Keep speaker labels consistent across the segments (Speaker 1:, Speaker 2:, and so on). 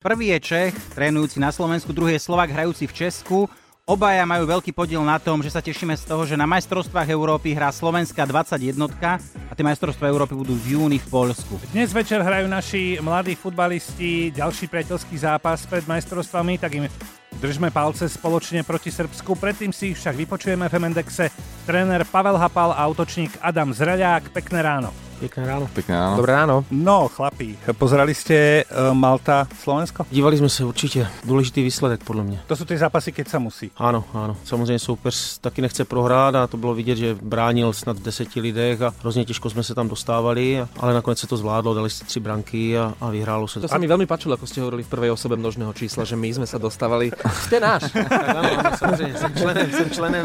Speaker 1: Prvý je Čech, trénujúci na Slovensku, druhý je Slovak, hrajúci v Česku. Obaja majú veľký podiel na tom, že sa tešíme z toho, že na majstrovstvách Európy hrá Slovenská 21 a tie majstrovstvá Európy budú v júni v Polsku.
Speaker 2: Dnes večer hrajú naši mladí futbalisti ďalší priateľský zápas pred majstrovstvami, tak im držme palce spoločne proti Srbsku. Predtým si ich však vypočujeme v Mendexe tréner Pavel Hapal a útočník Adam Zraďák. Pekné ráno.
Speaker 3: Pekné ráno.
Speaker 4: Pekné ráno.
Speaker 3: Dobré ráno.
Speaker 2: No, chlapí, pozerali ste uh, Malta, Slovensko?
Speaker 3: Dívali sme sa určite. Dôležitý výsledek podľa mňa.
Speaker 2: To sú tie zápasy, keď sa musí.
Speaker 3: Áno, áno. Samozřejmě soupeř taky nechce prohrát a to bylo vidět, že bránil snad v deseti lidech a hrozně těžko jsme se tam dostávali, ale nakonec se to zvládlo, dali ste tři branky a, a vyhrálo se.
Speaker 5: To sa mi veľmi páčilo, ako ste hovorili v prvej osobe množného čísla, že my sme sa dostávali. Ste náš.
Speaker 3: Áno, áno, samozřejmě. Jsem členem, jsem členem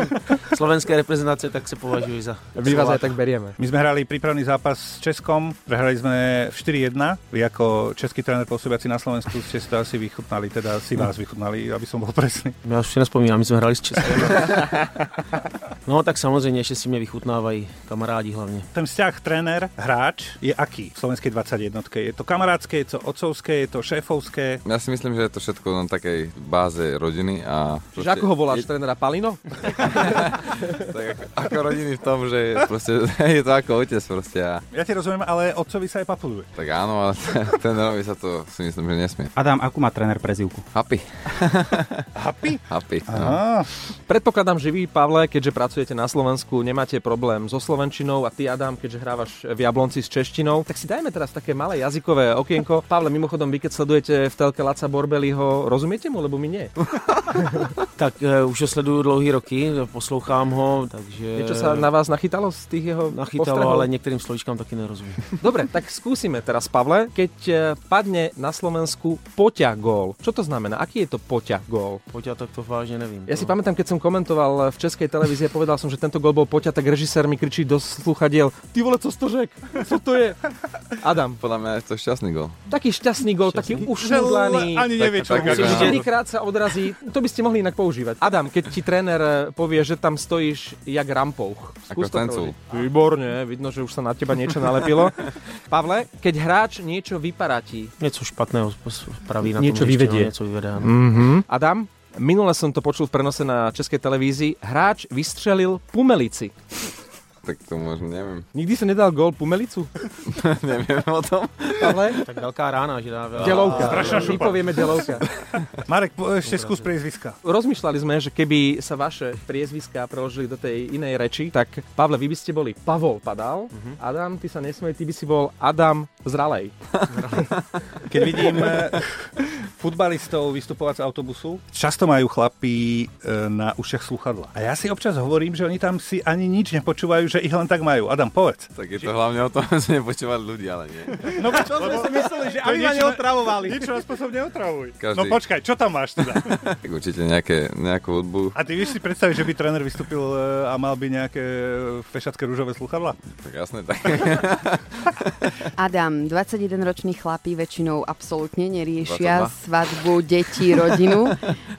Speaker 3: slovenské reprezentace, tak se považuji za
Speaker 5: My vás aj tak berieme.
Speaker 2: My sme hrali prípravný zápas s Českom, prehrali sme 4-1. Vy ako český tréner pôsobiaci na Slovensku ste si to asi vychutnali, teda si vás vychutnali, aby som bol presný.
Speaker 3: Já už si nespomínám, my jsme hráli s Českem. No tak samozřejmě, ještě si mě vychutnávají kamarádi hlavně.
Speaker 2: Ten vzťah tréner, hráč je aký v slovenskej 21? Je to kamarádske, je to otcovské, je to šéfovské?
Speaker 4: Ja si myslím, že je to všetko na takej báze rodiny a...
Speaker 5: Že ako ho voláš, trénera Palino?
Speaker 4: tak ako, ako rodiny v tom, že proste, je to ako otec proste a...
Speaker 2: Ja ti rozumiem, ale otcovi sa aj papuluje.
Speaker 4: Tak áno, ale trénerovi sa to si myslím, že nesmie.
Speaker 1: Adam, akú má tréner prezivku?
Speaker 4: Happy,
Speaker 2: Happy?
Speaker 4: happy. No.
Speaker 2: Á,
Speaker 5: Predpokladám, že vy, Pavle, keďže pracujete na Slovensku, nemáte problém so slovenčinou a ty, Adam, keďže hrávaš v Jablonci s češtinou, tak si dajme teraz také malé jazykové okienko. Pavle, mimochodom, vy keď sledujete v telke Laca Borbeliho, rozumiete mu, lebo my nie.
Speaker 3: Tak eh, už ho sleduju dlouhý roky, poslouchám ho, takže...
Speaker 5: Niečo sa na vás nachytalo z tých jeho
Speaker 3: nachytalo,
Speaker 5: postrehov?
Speaker 3: ale niekterým slovíčkám taky nerozumím.
Speaker 5: Dobre, tak skúsime teraz, Pavle. Keď eh, padne na Slovensku poťa gól, čo to znamená? Aký je to poťa gól?
Speaker 3: Poď, ja tak to vážne nevím.
Speaker 5: Ja si
Speaker 3: no.
Speaker 5: pamätám, keď som komentoval v českej televízii a povedal som, že tento gol bol poťa, tak režisér mi kričí do sluchadiel Ty vole, co stožek? Co to je? Adam,
Speaker 4: Podľa mňa je to šťastný gol.
Speaker 5: taký šťastný gol, taký ušmudlaný.
Speaker 2: No, ani nevie, čo
Speaker 4: Tak- tak-
Speaker 2: hovorí.
Speaker 4: tak-
Speaker 5: Vždykrát sa odrazí, to by ste mohli inak používať. Adam, keď ti tréner eh, povie, že tam stojíš jak rampou.
Speaker 4: Ako
Speaker 5: Skús to
Speaker 4: tencul.
Speaker 5: preložiť. Výborne, vidno, že už sa na teba niečo nalepilo. Pavle, keď hráč niečo vyparatí,
Speaker 3: Něco špatného pos- praví na
Speaker 5: Niečo
Speaker 3: tom ešte,
Speaker 5: vyvedie.
Speaker 3: no, Něco vyvedie. áno.
Speaker 5: Mm-hmm. Adam, minule som to počul v prenose na českej televízii. Hráč vystrelil pumelici.
Speaker 4: Tak to možno neviem.
Speaker 5: Nikdy si nedal gól pumelicu?
Speaker 4: neviem o tom.
Speaker 5: Ale
Speaker 3: Tak veľká rána, že dá veľa.
Speaker 5: delovka.
Speaker 2: strašná
Speaker 5: My povieme delovka.
Speaker 2: Marek, po- ešte skús priezviska.
Speaker 5: Rozmýšľali sme, že keby sa vaše priezviská preložili do tej inej reči, tak Pavle, vy by ste boli Pavol Padal,
Speaker 4: Mhm.
Speaker 5: Adam, ty sa nesmej, ty by si bol Adam Zralej.
Speaker 2: Keď vidím eh, futbalistov vystupovať z autobusu, často majú chlapí eh, na ušiach sluchadla. A ja si občas hovorím, že oni tam si ani nič nepočúvajú, že ich len tak majú. Adam, povedz.
Speaker 4: Tak je to hlavne o tom, že nepočúvali ľudí, ale nie.
Speaker 2: No čo sme si mysleli, že
Speaker 1: aby ma neotravovali.
Speaker 2: Nič vás spôsob neotravuj.
Speaker 4: Každý.
Speaker 2: No počkaj, čo tam máš teda?
Speaker 4: Tak určite nejaké, nejakú hudbu.
Speaker 2: A ty vieš si predstaviť, že by tréner vystúpil eh, a mal by nejaké eh, fešacké rúžové sluchadla?
Speaker 4: Tak jasné, tak.
Speaker 6: Adam, 21-roční chlapí väčšinou absolútne neriešia
Speaker 4: 22.
Speaker 6: svadbu, deti, rodinu.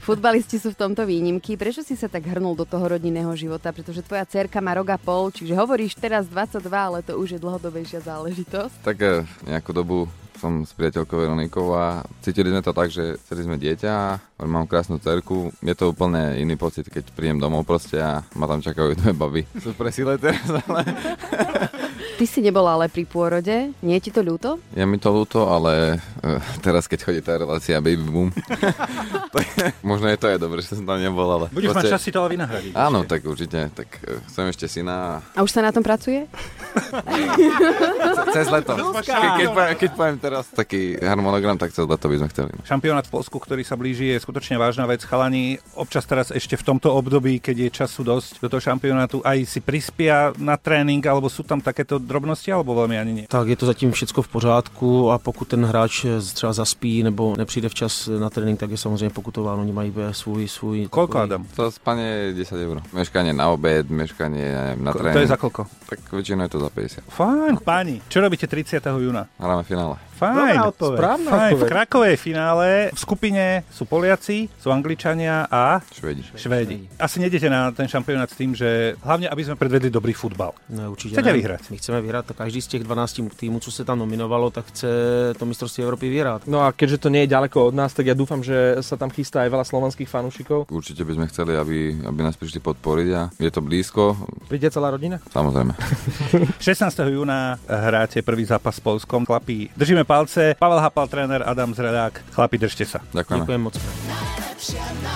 Speaker 6: Futbalisti sú v tomto výnimky. Prečo si sa tak hrnul do toho rodinného života? Pretože tvoja cerka má rok a pol, čiže hovoríš teraz 22, ale to už je dlhodobejšia záležitosť.
Speaker 4: Tak eh, nejakú dobu som s priateľkou Veronikou a cítili sme to tak, že chceli sme dieťa a mám krásnu cerku. Je to úplne iný pocit, keď príjem domov proste a ma tam čakajú dve baby. Sú presile teraz, ale...
Speaker 6: Ty si nebola ale pri pôrode, nie je ti to ľúto?
Speaker 4: Je mi to ľúto, ale eh, teraz keď chodí tá relácia Baby Boom, tak možno je to aj dobré, že som tam nebol, ale...
Speaker 2: Budeš mať čas si to ale vynahradiť.
Speaker 4: Áno, tak určite. Tak eh, chcem ešte syna a
Speaker 6: A už sa na tom pracuje?
Speaker 4: cez leto. Ke, keď, poviem, keď poviem teraz taký harmonogram, tak cez leto by sme chceli. no.
Speaker 2: Šampionát v Polsku, ktorý sa blíži, je skutočne vážna vec. Chalani občas teraz ešte v tomto období, keď je času dosť do toho šampionátu, aj si prispia na tréning, alebo sú tam takéto drobnosti, alebo veľmi ani nie.
Speaker 3: Tak je to zatím všechno v pořádku a pokud ten hráč eh, třeba zaspí nebo nepřijde včas na trénink, tak je samozřejmě pokutován. Oni mají eh, svůj, svůj...
Speaker 2: Koľko,
Speaker 3: takový-
Speaker 2: Adam?
Speaker 4: To spane je 10 eur. Meškanie na obed, meškanie ja neviem, na
Speaker 2: To je
Speaker 4: tréning.
Speaker 2: za koľko?
Speaker 4: Tak väčšinou je to za 50.
Speaker 2: Fajn, páni, čo robíte 30. júna?
Speaker 4: Hráme finále.
Speaker 2: Fajn.
Speaker 1: Dobrá odpoveď.
Speaker 5: Správna
Speaker 2: Fajn. V
Speaker 5: odpoveď.
Speaker 2: Krakove je finále v skupine sú Poliaci, sú Angličania a
Speaker 4: Švedi.
Speaker 2: Švédi. Asi nejdete na ten šampionát s tým, že hlavne, aby sme predvedli dobrý futbal.
Speaker 3: Ne, určitě
Speaker 2: Chcete
Speaker 3: ne.
Speaker 2: vyhrát?
Speaker 3: My chceme vyhrát, tak každý z těch 12 týmů, co se tam nominovalo, tak chce to mistrovství Evropy vyhrát.
Speaker 5: No a keďže to nie je ďaleko od nás, tak ja dúfam, že sa tam chystá aj veľa slovenských fanúšikov.
Speaker 4: Určite by sme chceli, aby, aby nás prišli podporiť a je to blízko,
Speaker 5: Príde celá rodina?
Speaker 4: samozrejme.
Speaker 2: 16. júna hráte prvý zápas s Polskom. Chlapi, držíme palce. Pavel Hapal, tréner, Adam Zredák. Chlapi, držte sa.
Speaker 4: Ďakujeme.
Speaker 3: Děkujeme moc.
Speaker 7: najlepšia, najlepšia.